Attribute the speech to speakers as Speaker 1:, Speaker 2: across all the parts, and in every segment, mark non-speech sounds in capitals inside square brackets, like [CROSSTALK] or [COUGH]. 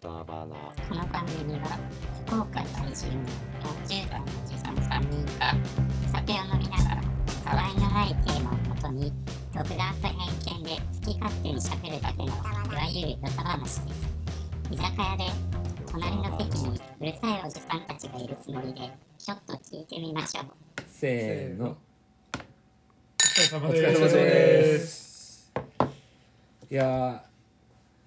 Speaker 1: ターバーナー
Speaker 2: この番組は福岡在住の40代のおじさん3人が酒を飲みながらたわいのないテーマをもとに独断と偏見で好き勝手にしゃべるだけのいわゆるヨタ話です居酒屋で隣の席にうるさいおじさんたちがいるつもりでちょっと聞いてみましょう
Speaker 3: せーの
Speaker 4: お
Speaker 3: お疲れ様ですいや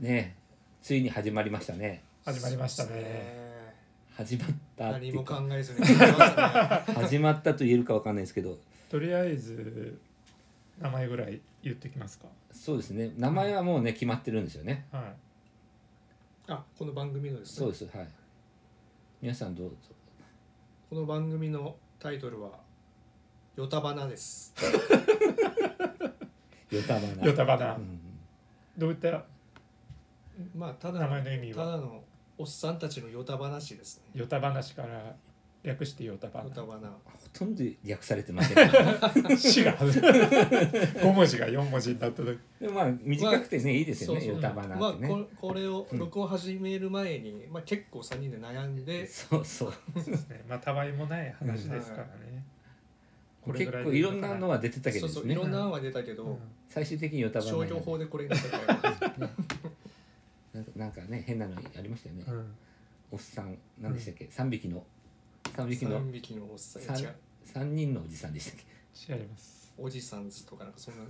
Speaker 3: ーねついに始まりましたね
Speaker 4: 始まりましたね。
Speaker 3: 始まったってい
Speaker 5: 何も
Speaker 3: う
Speaker 5: 考
Speaker 3: か
Speaker 5: えずに始まりました
Speaker 3: [LAUGHS]
Speaker 5: ね。
Speaker 3: 始まったと言えるかわかんないですけど
Speaker 4: とりあえず名前ぐらい言ってきますか。
Speaker 3: そうですね名前はもうね決まってるんですよね
Speaker 4: は
Speaker 5: あ、この番組のです
Speaker 3: そう
Speaker 5: ね。
Speaker 3: ですはい皆さんどうぞ
Speaker 5: この番組のタイトルはヨタバナです。
Speaker 3: ヨタバナ
Speaker 4: い。ヨタバ
Speaker 3: う
Speaker 4: ナ。
Speaker 3: ん
Speaker 4: どういった
Speaker 5: まあただ
Speaker 4: 名前
Speaker 5: の
Speaker 4: の意味
Speaker 5: た
Speaker 4: は
Speaker 5: だのおっさんたちのヨタ話ですね。
Speaker 4: ヨタ話から略してヨタバ
Speaker 5: ヨタバナ。
Speaker 3: ほとんど略されてませんけど
Speaker 5: [LAUGHS]
Speaker 4: ナ。死が5文字が4文字になった時。
Speaker 3: でもまあ短くてねいいですよね
Speaker 5: そうそ
Speaker 3: ヨ
Speaker 5: う
Speaker 3: タバナ
Speaker 5: まあ
Speaker 3: ってね
Speaker 5: ここれを録音始める前に、まあ結構三人で悩んで、
Speaker 3: そうそう
Speaker 4: そうですね。まあたわいもない話ですからね。これ
Speaker 3: 結
Speaker 4: ぐら
Speaker 3: 構いろんなの
Speaker 4: は。
Speaker 3: は出てたけ
Speaker 5: そ
Speaker 3: ど
Speaker 5: う
Speaker 3: で
Speaker 5: そ
Speaker 3: す
Speaker 5: うい
Speaker 3: ね
Speaker 5: ろんな案は出たけ
Speaker 4: うん
Speaker 5: ど、
Speaker 3: 最終的にヨタバナ
Speaker 5: 商業法でこれになったから。
Speaker 3: なんかなんかね変なのありましたよね
Speaker 4: うん
Speaker 3: おっさん何でしたっけ、三匹の三匹の
Speaker 5: 三匹のおっさん
Speaker 3: 三
Speaker 5: 違う
Speaker 3: 三人のおじさんでしたっ
Speaker 4: 違います。
Speaker 5: おじさんズとかなんかそんな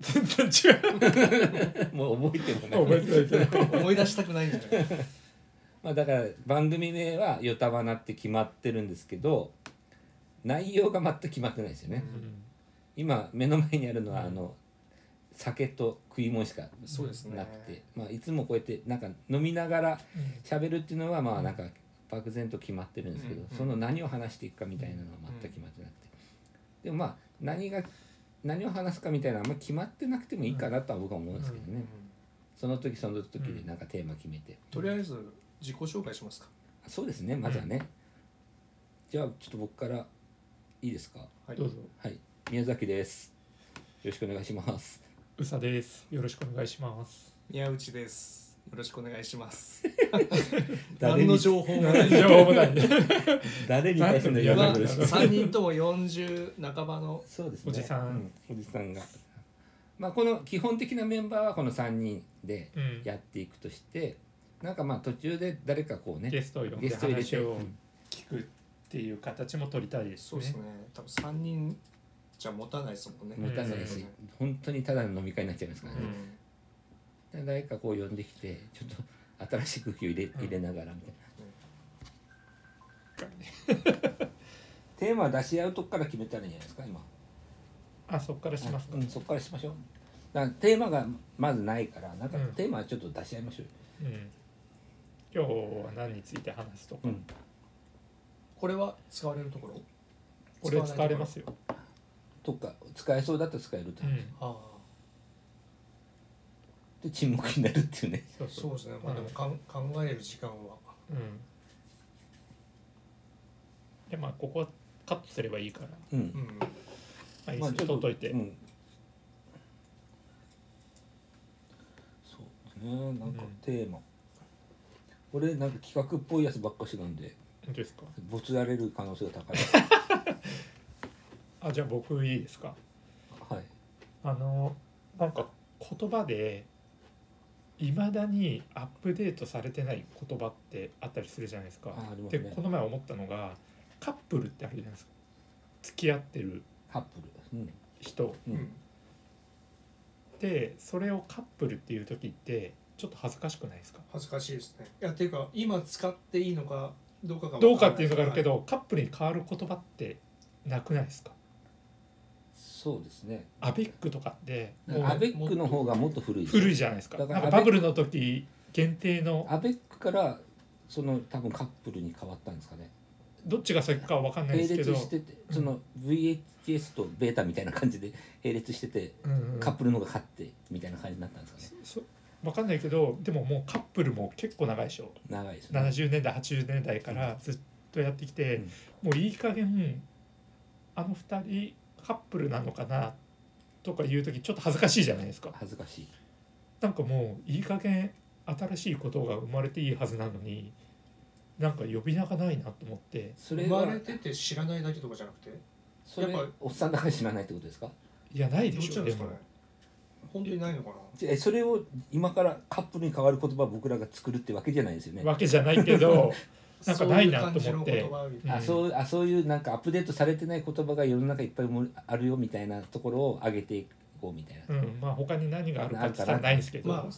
Speaker 4: 全然違う。
Speaker 3: けもう [LAUGHS] 覚えても
Speaker 4: 覚
Speaker 3: な
Speaker 4: え
Speaker 3: い、
Speaker 4: てないけど。
Speaker 5: 思い出したくないんじゃ
Speaker 3: [LAUGHS]
Speaker 5: ない。
Speaker 3: まあ、だから番組名は「ヨタバナ」って決まってるんですけど内容が全く決まってないですよね、
Speaker 4: [LAUGHS] うん
Speaker 3: 今目の前にあるのは、
Speaker 4: うん
Speaker 3: あの酒と食い物しか
Speaker 5: そうですね。
Speaker 3: なくて、まあ、いつもこうやってなんか飲みながら喋るっていうのはまあなんか漠然と決まってるんですけど、
Speaker 5: うんうん
Speaker 3: その何を話していくかみたいなのは全く決まってなくて、でもまあ何が何を話すかみたいなのはあんま決まってなくてもいいかなとは僕は思うんですけどね、
Speaker 5: うん
Speaker 3: その時その時でなんかテーマ決めて、
Speaker 5: とりあえず自己紹介しますか。
Speaker 3: そうですねまずはね、じゃあちょっと僕からいいですか
Speaker 5: はい
Speaker 4: どうぞ。
Speaker 3: はい宮崎ですよろしくお願いします
Speaker 4: うさです。よろしくお願いします。
Speaker 5: 宮内です。よろしくお願いします。
Speaker 3: 誰に
Speaker 5: 何の情報もない。
Speaker 4: 情報もない。
Speaker 3: 誰に対するの
Speaker 4: いや
Speaker 3: 嫌
Speaker 5: ま
Speaker 3: な
Speaker 5: あ
Speaker 3: ことですか
Speaker 5: 三人とも四十半ばの
Speaker 3: そうですね
Speaker 4: おじさん、
Speaker 3: うおじさんがまあこの基本的なメンバーはこの3人で
Speaker 4: うん
Speaker 3: やっていくとして、なんかまあ途中で誰かこうね
Speaker 4: ゲストを呼ん
Speaker 3: ゲ
Speaker 4: で
Speaker 3: スト入れて
Speaker 4: 話を聞くっていう形も取りたいです
Speaker 5: そう
Speaker 4: ね。
Speaker 5: ですね。多分三人じゃ持たないですもんね。
Speaker 3: 持たないし、本当にただの飲み会になっちゃいますからね、
Speaker 5: うん
Speaker 3: で誰かこう呼んできてちょっと新しい空気を入れ入れながらみたいな、テーマ出し合うとこから決めたらいいんじゃないですか今
Speaker 4: あ、そこからしますか。
Speaker 3: うん、そこからしましょうだからテーマがまずないからなんか
Speaker 4: うん
Speaker 3: テーマちょっと出し合いましょうよ、
Speaker 4: うん今日は何について話すとか。
Speaker 5: これは使われるところ。
Speaker 4: これ使われま
Speaker 5: 使
Speaker 4: すよ。
Speaker 3: とか使えそうだったら使えると、
Speaker 4: うん。
Speaker 5: わないところ。あ
Speaker 3: で沈黙になるっていうね
Speaker 4: そう
Speaker 5: あ、そうですね。まあでもかん考える時間は。
Speaker 4: うん。で、まあ、ここはカットすればいいから。ま
Speaker 3: うん
Speaker 5: うん。
Speaker 4: あ、いい
Speaker 3: ま
Speaker 4: で
Speaker 3: あ
Speaker 4: す
Speaker 3: ちょっ
Speaker 4: 取っといて
Speaker 3: う。ん、そうねなんかテーマ、俺なんか企画っぽいやつばっかしなんで
Speaker 4: 本当ですか。
Speaker 3: ボツられる可能性が高い
Speaker 4: あ、じゃあ僕いいですか。
Speaker 3: はい
Speaker 4: あの、なんか言葉で、いまだにアップデートされてない言葉ってあったりするじゃないですか。
Speaker 3: ああります
Speaker 4: で
Speaker 3: ね
Speaker 4: この前思ったのがカップルってあるじゃないですか付き合ってる
Speaker 3: カップル、うん、
Speaker 4: 人
Speaker 3: う
Speaker 5: うんん。
Speaker 4: でそれをカップルっていう時ってちょっと恥ずかしくないですか
Speaker 5: 恥ずかしいですね。いやっていうか今使っていいのかどうかがわらな
Speaker 4: どうかっていうのがあるけ。どカップルに変わる言葉ってなくないですか
Speaker 3: そうですね
Speaker 4: アベックとかってもう
Speaker 3: アベックの方がもっと古い
Speaker 4: 古
Speaker 3: い
Speaker 4: いじゃないですか
Speaker 3: だから
Speaker 4: なんかバブルの時限定の
Speaker 3: アベックからその多分カップルに変わったんですかね
Speaker 4: どっちが先かは分かんないで
Speaker 3: 並
Speaker 4: す
Speaker 3: 列
Speaker 4: けど、
Speaker 3: しててその VHS とベータみたいな感じで並列してて
Speaker 4: うんうん
Speaker 3: カップルの方が勝ってみたいな感じになったんですかね
Speaker 4: そ分かんないけどでももうカップルも結構長いでしょ
Speaker 3: 長いですね
Speaker 4: 70年代80年代からずっとやってきて、もういい加減あの2人カップルなのかなとか言う時ちょっと恥ずかしいじゃないですか
Speaker 3: 恥ずかしい
Speaker 4: なんかもういい加減新しいことが生まれていいはずなのになんか呼び名がないなと思って
Speaker 3: そ
Speaker 5: 生
Speaker 3: れ
Speaker 5: ま
Speaker 3: は
Speaker 5: れてて知らないだけとかじゃなくて
Speaker 3: それ
Speaker 5: やっぱ
Speaker 3: おっさんだから知らないってことですか
Speaker 4: いやない
Speaker 5: ど
Speaker 4: で
Speaker 5: っ
Speaker 4: し
Speaker 5: ちな
Speaker 4: ょ
Speaker 5: んで
Speaker 4: です
Speaker 5: か
Speaker 4: も
Speaker 5: ね本当にないのかな
Speaker 3: えそれを今からカップルに変わる言葉を僕らが作るってわけじゃないですよね、
Speaker 4: わけじゃない
Speaker 5: [LAUGHS]
Speaker 4: けどなんかないなと思っ
Speaker 5: そういう感
Speaker 4: て
Speaker 5: じの言葉みたいな
Speaker 4: う
Speaker 3: あ
Speaker 4: ん
Speaker 3: そうあそういうなんかアップデートされてない言葉が世の中いっぱいもあるよみたいなところを上げていこうみたいな、
Speaker 4: うんまあ他に何があるかって言ったらないんですけど、
Speaker 5: まあ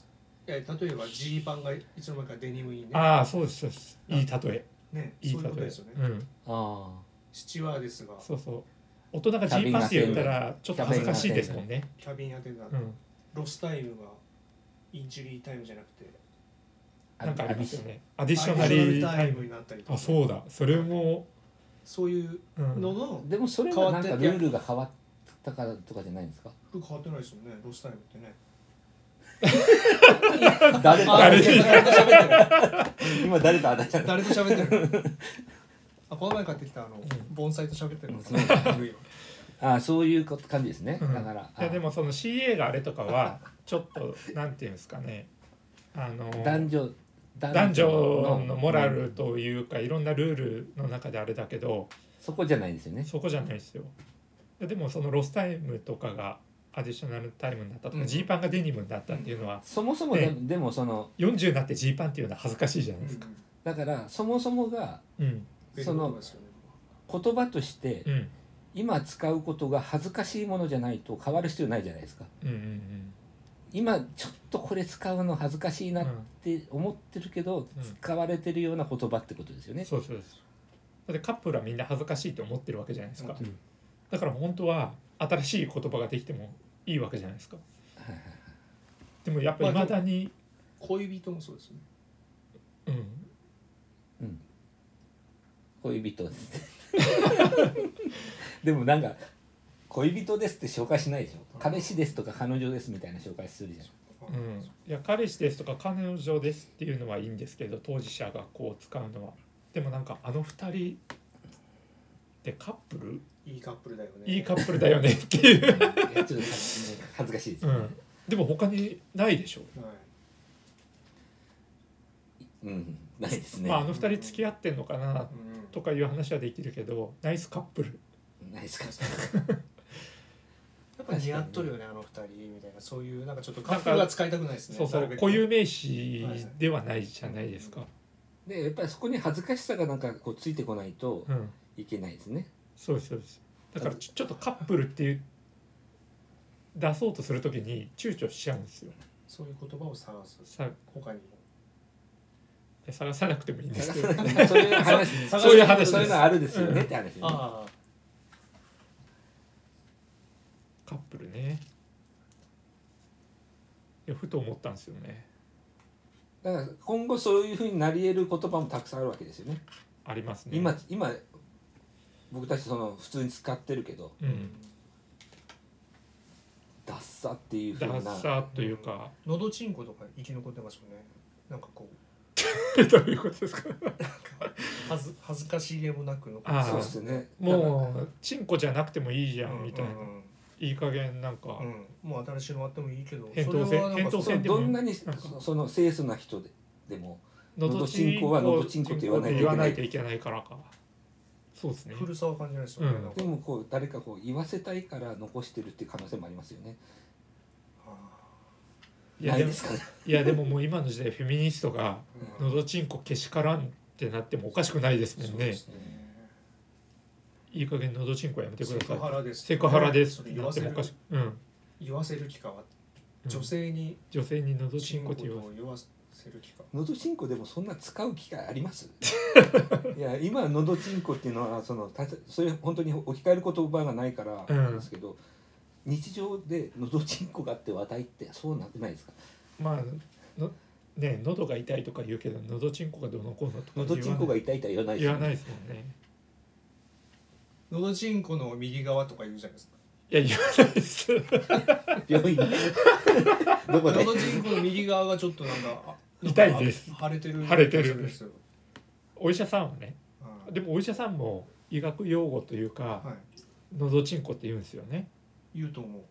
Speaker 5: え例えばジーパンがいつの間にかデニムにね
Speaker 4: ああそうですそうですいい例え
Speaker 5: ね
Speaker 4: いい
Speaker 5: そう
Speaker 4: 例
Speaker 5: いうこと
Speaker 4: え
Speaker 5: ですよね、
Speaker 4: うん
Speaker 3: あ
Speaker 5: スチュワーデスが
Speaker 4: そうそう大人がジーパンって言ったらちょっと恥ずかしいですもんね、
Speaker 5: キャビン当てだ、
Speaker 4: うん、
Speaker 5: ロスタイムがインジュリータイムじゃなくて
Speaker 3: あ
Speaker 4: なんかありますよねアデ
Speaker 5: ア
Speaker 4: ィショナリー
Speaker 5: ディショナ
Speaker 4: タ
Speaker 5: タ
Speaker 4: イ
Speaker 5: イムに
Speaker 4: ム
Speaker 5: なったりとか
Speaker 4: あそうだそれも、
Speaker 5: そういう
Speaker 4: う
Speaker 5: の
Speaker 4: ん、
Speaker 5: の
Speaker 3: でもそれはなんかルールが変わったからとかじゃないんですか
Speaker 5: 変わってないですよねロスタイムってね
Speaker 3: 誰と
Speaker 5: あ
Speaker 4: [LAUGHS] 誰
Speaker 5: 誰
Speaker 4: に
Speaker 5: と喋ってる
Speaker 3: 今誰と当たっちゃった
Speaker 5: 誰と喋ってる
Speaker 4: [LAUGHS]
Speaker 5: あこの前買ってきたあの盆栽と喋ってるのかな
Speaker 3: あそういうこと感じですね、
Speaker 4: うん
Speaker 3: だから
Speaker 4: いやでもその CA があれとかはちょっとなんていうんですかねあの
Speaker 3: あ男女
Speaker 4: 男女のモラル
Speaker 3: うん
Speaker 4: というかいろんなルールの中であれだけど
Speaker 3: そこじゃないですよね
Speaker 4: そこじゃないですよいやでもそのロスタイムとかがアディショナルタイムになったと
Speaker 5: う
Speaker 4: か
Speaker 5: ん
Speaker 4: ジー、パンがデニムになったっていうのは
Speaker 3: そもそもで,、
Speaker 4: ね
Speaker 3: でもその
Speaker 4: 40になってジーパンっていうのは恥ずかしいじゃないですか。
Speaker 3: だからそもそもが
Speaker 4: うん
Speaker 3: その言葉として
Speaker 4: うんうん
Speaker 3: 今使うことが恥ずかしいものじゃないと変わる必要ないじゃないですか
Speaker 4: うんうん
Speaker 3: 今ちょっとこれ使うの恥ずかしいなって思ってるけど、
Speaker 4: うん
Speaker 3: 使われてるような言葉ってことですよね。
Speaker 4: そうそうですだってカップルはみんな恥ずかしいと思ってるわけじゃないですか、
Speaker 3: うん
Speaker 4: だから本当は新しい言葉ができてもいいわけじゃないですか
Speaker 3: はいはい
Speaker 4: でもやっぱ
Speaker 5: ま
Speaker 4: り
Speaker 5: あ
Speaker 4: まだに、
Speaker 5: 恋人もそうですよね
Speaker 4: う
Speaker 3: う
Speaker 4: ん
Speaker 3: ん恋人ですね [LAUGHS] でもなんか恋人ですって紹介しないでしょ彼氏ですとか彼女ですみたいな紹介するじゃん
Speaker 4: うん、いや彼氏ですとか彼女ですっていうのはいいんですけど当事者がこう使うのはでもなんかあの2人でカップル
Speaker 5: いいカップルだよね
Speaker 4: いいカップルだよねっていう、
Speaker 3: いやちょっと恥ずかしいです、
Speaker 4: うん、でも他にないでしょ、
Speaker 5: はい
Speaker 3: うん、ないですね、
Speaker 4: まああの2人付き合ってんのかな
Speaker 5: うん
Speaker 4: とかいう話はできるけどナイスカップル
Speaker 3: ないですか
Speaker 5: やっぱ似合っとるよねあの二人みたいなそういうなんかちょっとカップルは使いたくないですね
Speaker 4: そうそう固有名詞ではないじゃないですか、
Speaker 3: でやっぱりそこに恥ずかしさがなんかこうついてこないと
Speaker 4: うん、
Speaker 3: いけないですね、
Speaker 4: そうですそうですだからちょちょっとカップルっていう出そうとするときに躊躇しちゃうんですよ
Speaker 5: そういう言葉を探す
Speaker 4: さ
Speaker 5: 他にも
Speaker 4: 探さなくてもいいんですけど
Speaker 3: なんか [LAUGHS] そういう話
Speaker 5: 探
Speaker 4: そういう話です
Speaker 3: そういうのあるですよねって話ですね、
Speaker 5: ああ
Speaker 4: カップルねいやふと思ったんですよね
Speaker 3: だから今後そういうふうになり得る言葉もたくさんあるわけですよね
Speaker 4: ありますね
Speaker 3: 今今僕たちその普通に使ってるけど
Speaker 4: うん
Speaker 3: 「ダッサ」っていうふ
Speaker 4: ダ
Speaker 3: う
Speaker 4: ッ
Speaker 3: な
Speaker 4: サーというか
Speaker 5: のどちんことか生き残ってますよねなんかこう
Speaker 4: どういうことですか
Speaker 5: はず恥ずかしげもなくの
Speaker 4: あー
Speaker 3: そうですね
Speaker 4: もうチンコじゃなくてもいいじ
Speaker 5: う
Speaker 4: ゃんみたいな、
Speaker 5: うん
Speaker 4: いい加減なんか、
Speaker 5: うんもう新しいのあってもいいけど
Speaker 4: 扁桃腺
Speaker 5: それはなんか
Speaker 4: 扁桃
Speaker 3: そう
Speaker 4: 腺
Speaker 3: どんなにそその清楚な人ででも
Speaker 4: の
Speaker 3: のどちんこはのどちんこって言わないといけない
Speaker 4: 言わないといけないからかそうですね
Speaker 5: 古さを感じないですよね、
Speaker 4: うん
Speaker 5: なんか
Speaker 3: でもこう誰かこう言わせたいから残してるっていう可能性もありますよね
Speaker 5: あ
Speaker 4: いや
Speaker 3: な
Speaker 4: で
Speaker 3: い
Speaker 4: も
Speaker 3: ですかね
Speaker 4: いやでももう今の時代フェミニストが
Speaker 5: ー
Speaker 4: のどちんこけしからんってなってもおかしくないですも
Speaker 5: そうんで
Speaker 4: ね
Speaker 5: すね
Speaker 4: いい加減のどちんこやめてく
Speaker 5: セ
Speaker 4: だ
Speaker 5: クハ
Speaker 4: さい
Speaker 5: ラです
Speaker 4: セクハラです
Speaker 5: そ
Speaker 4: っ
Speaker 5: れ
Speaker 4: て
Speaker 5: 言
Speaker 4: な
Speaker 5: わ
Speaker 4: って
Speaker 5: せ
Speaker 4: もお
Speaker 5: る
Speaker 4: かしくうん
Speaker 5: 言わせる気かは
Speaker 4: 女
Speaker 5: 女
Speaker 4: 性
Speaker 5: 性に
Speaker 4: 女性にのどち
Speaker 5: チ
Speaker 4: ん
Speaker 5: ン
Speaker 4: こ
Speaker 5: コ
Speaker 4: って言わ
Speaker 5: と言わせる気か
Speaker 3: のどちんこでもそんな使う機会ありますいや今のどちんこっていうのはそのたそれ本当に置き換える言葉がないから
Speaker 4: うん
Speaker 3: なんですけど、日常でのどちんこがあって話題ってそうなくないですか
Speaker 4: まあのね喉が痛いとか言うけどのどちんこがどうのこうのとか
Speaker 3: のどちんこが痛いとは言わないです
Speaker 4: 言
Speaker 3: よ
Speaker 4: わ
Speaker 3: ね
Speaker 4: ないですもんね
Speaker 5: のどちんこの右側とか言うじゃないですか
Speaker 4: いや言わないです
Speaker 3: 病院で
Speaker 5: [LAUGHS]
Speaker 3: どこ
Speaker 5: の
Speaker 3: で
Speaker 5: どちんこの右側がちょっとなんかあ
Speaker 4: [LAUGHS] 痛いです
Speaker 5: なんか腫れてる
Speaker 4: 腫れてる
Speaker 5: 気がすんですよ
Speaker 4: お医者さんはね
Speaker 5: はい
Speaker 4: でもお医者さんも医学用語というか
Speaker 5: はい
Speaker 4: のどちんこって言うんですよね
Speaker 5: 言うと思う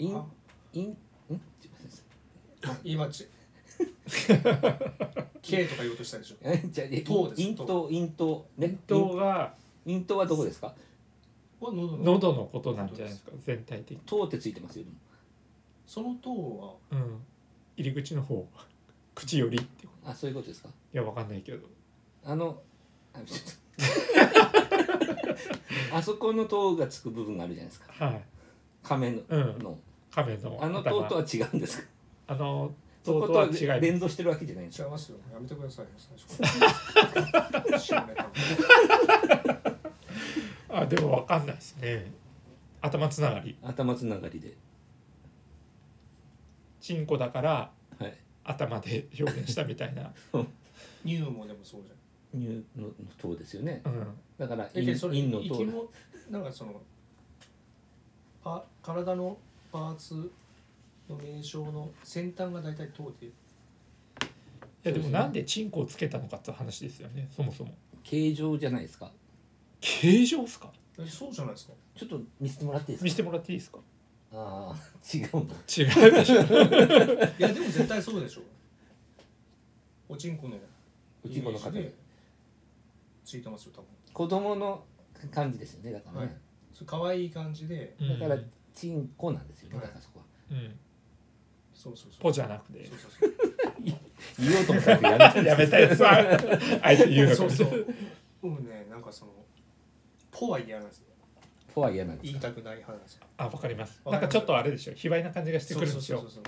Speaker 3: イン
Speaker 5: あ
Speaker 3: インんちょっと待ってください
Speaker 5: 今ち K とか言おうとしたでしょ
Speaker 3: えじゃあえ
Speaker 5: 塔です
Speaker 3: 陰頭陰頭ね
Speaker 4: 人が
Speaker 3: 陰頭はどこですか
Speaker 5: は喉の
Speaker 4: 喉のことなんじゃないですか全体的に、
Speaker 3: 頭ってついてますよでも
Speaker 5: その塔は
Speaker 4: うん、入り口
Speaker 3: [LAUGHS]
Speaker 4: の方口よりってこ
Speaker 3: あそういうことですか
Speaker 4: といやわかんないけど
Speaker 3: あのああそこの塔がつく部分があるじゃないですか
Speaker 4: はい
Speaker 3: 亀の
Speaker 4: うん
Speaker 3: の
Speaker 4: 亀の
Speaker 3: あの塔とは違うんですか
Speaker 4: あの
Speaker 3: そ
Speaker 4: 塔
Speaker 3: ことと
Speaker 4: は
Speaker 3: は
Speaker 4: 違い
Speaker 3: 連動してるわけじゃないんです
Speaker 5: 違い
Speaker 3: よ
Speaker 5: ますよやめてくださいよ最初下ネタも
Speaker 4: あでもわかんないですね頭つながり
Speaker 3: 頭つながりで
Speaker 4: チンコだから
Speaker 3: はい
Speaker 4: 頭で表現したみた
Speaker 3: [LAUGHS]
Speaker 4: いな、
Speaker 5: ニューもでもそうじゃ
Speaker 3: 入の塔ですよね
Speaker 4: うん、
Speaker 3: だから
Speaker 5: ん
Speaker 3: 陰
Speaker 5: でそれ
Speaker 3: 陰の
Speaker 5: 生き
Speaker 3: 塔
Speaker 5: もなんかそのパ体のパーツの名称の先端が大体通っている
Speaker 4: いやでもなんでチンコをつけたのかって話ですよねそもそも
Speaker 3: 形状じゃないですか
Speaker 4: 形状っすか
Speaker 5: えそうじゃないですか
Speaker 3: ちょっと見せてもらっていい
Speaker 4: 見
Speaker 3: です
Speaker 4: せて
Speaker 3: か
Speaker 4: もらっていいですか
Speaker 3: ああ [LAUGHS] 違うんだ
Speaker 4: 違うでしょ
Speaker 5: いやでも絶対そうでしょおちんこの
Speaker 3: おちんこの
Speaker 5: イメー
Speaker 3: 形
Speaker 5: ジでついてますよ多分
Speaker 3: 子供の感じですよねだからね、
Speaker 5: はいそれ可愛い感じで
Speaker 4: うん
Speaker 3: だからチンコなんですよね、
Speaker 5: はい
Speaker 3: だからそこは
Speaker 4: うん、
Speaker 5: そうそうそう
Speaker 4: ポじゃなくて
Speaker 5: そうそうそう
Speaker 3: 言おうと思ったけどやめたんです
Speaker 4: やめたやつは
Speaker 3: [LAUGHS]
Speaker 4: あえて言う
Speaker 5: そうそ
Speaker 4: の
Speaker 5: う。僕ね、なんかその。ポは嫌なんですよ。
Speaker 3: フォア嫌なんで
Speaker 5: 言
Speaker 3: す
Speaker 5: い
Speaker 3: か
Speaker 5: たくない派なんですよ。
Speaker 4: あわかります
Speaker 5: わ
Speaker 4: な
Speaker 5: かり
Speaker 4: ん
Speaker 5: ます
Speaker 4: かちょっとあれでしょ卑猥な感じがしてくるんですよ
Speaker 5: そう。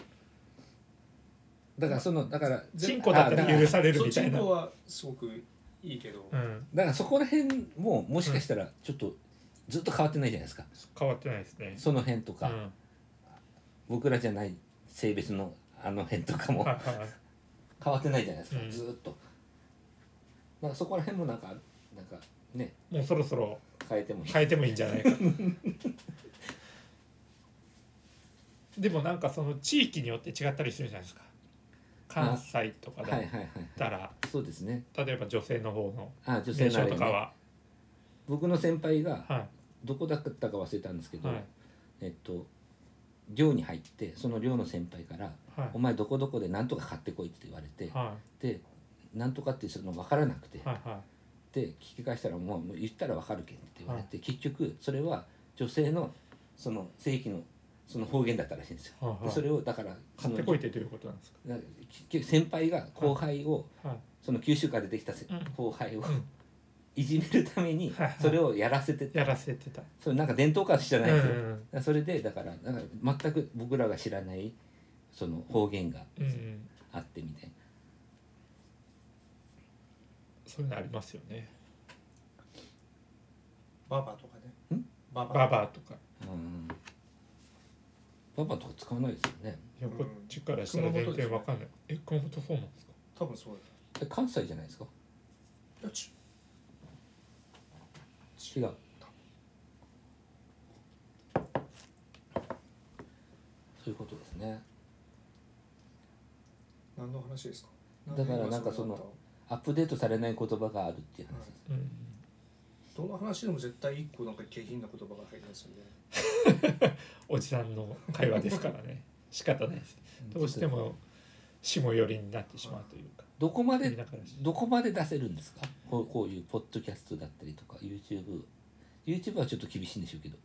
Speaker 3: だからそのだから
Speaker 4: チンコだったら許される
Speaker 5: そ
Speaker 4: み
Speaker 5: う、
Speaker 4: た
Speaker 5: チ
Speaker 4: い
Speaker 5: ン
Speaker 4: な
Speaker 5: コはすごくいいけど。
Speaker 4: うん、
Speaker 3: だからそこら辺ももしかしたらちょっとずっと変わってないじゃないですか、
Speaker 4: 変わってないですね
Speaker 3: その辺と
Speaker 4: う
Speaker 3: か、
Speaker 4: ん
Speaker 3: 僕らじゃない性別のあの辺とかも
Speaker 4: はいはい
Speaker 3: 変わってないじゃないですか、
Speaker 4: うん
Speaker 3: ずっとなんかそこら辺もなんかなんかね
Speaker 4: もうそろそろ
Speaker 3: 変えてもいい、
Speaker 4: 変えてもいいんじゃないかでもなんかその地域によって違ったりするじゃないですか関西とか
Speaker 3: はい、
Speaker 4: だ
Speaker 3: はい
Speaker 4: っ
Speaker 3: はいはい
Speaker 4: たら
Speaker 3: そうですね
Speaker 4: 例えば女性の方の
Speaker 3: あ女性
Speaker 4: 名
Speaker 3: な
Speaker 4: 称
Speaker 3: ら
Speaker 4: と
Speaker 3: ね
Speaker 4: かは、
Speaker 3: 僕の先輩が
Speaker 4: は
Speaker 3: どこだったか忘れたんですけ
Speaker 4: い
Speaker 3: ど、
Speaker 4: はい
Speaker 3: えっと寮に入ってその寮の先輩から
Speaker 4: は
Speaker 3: 「お
Speaker 4: い
Speaker 3: 前どこどこで何とか買ってこい」って言われて
Speaker 4: は
Speaker 3: で何とかってその分からなくて
Speaker 4: いはいは
Speaker 3: で聞き返したらもうもう言ったら分かるけんって言われて結局それは女性のその正規のその方言だったらしいんですよ。
Speaker 4: いはい
Speaker 3: で
Speaker 4: は
Speaker 3: そ
Speaker 4: い
Speaker 3: れをだからそ
Speaker 4: 買っ
Speaker 3: の
Speaker 4: てこいってどういうことなんです
Speaker 3: な結局先輩が後輩を
Speaker 4: かはい
Speaker 3: その九州から出てきたせ
Speaker 4: うん
Speaker 3: 後輩を
Speaker 4: ん
Speaker 3: いじめるために
Speaker 4: はいはい
Speaker 3: それをやらせてて
Speaker 4: やらせてた
Speaker 3: それなんか伝統化じゃないですよ。
Speaker 4: うん
Speaker 3: だからそれでだからなんか全く僕らが知らないその方言が
Speaker 4: うんうんうん
Speaker 3: あってみたいな
Speaker 4: そういうのありますよね
Speaker 5: ババとかね。
Speaker 3: ん
Speaker 5: バ
Speaker 4: バ
Speaker 5: バ。
Speaker 4: バアとか
Speaker 3: うんパパとか使わないですよね
Speaker 4: いやこっちからしたら全然わかんないえ熊本そうなんですか
Speaker 5: 多分そうだ。い
Speaker 3: え関西じゃないですか
Speaker 5: やち
Speaker 3: 違うそういうことですね
Speaker 5: 何の話ですか。
Speaker 3: だからなんかその
Speaker 5: 何で今
Speaker 3: アップデートされない言葉があるっていう話です
Speaker 4: うん
Speaker 5: それになった。どの話でも絶対一個なんか下品な言葉が入りますよね。
Speaker 4: おじさんの会話ですから [LAUGHS] ね仕方ないですどうしても下寄りになってしまうというか
Speaker 3: どこま
Speaker 4: み
Speaker 3: で
Speaker 4: んなからし
Speaker 3: どこまで出せるんですかこうこういうポッドキャストだったりとか YouTube YouTube はちょっと厳しいんでしょうけど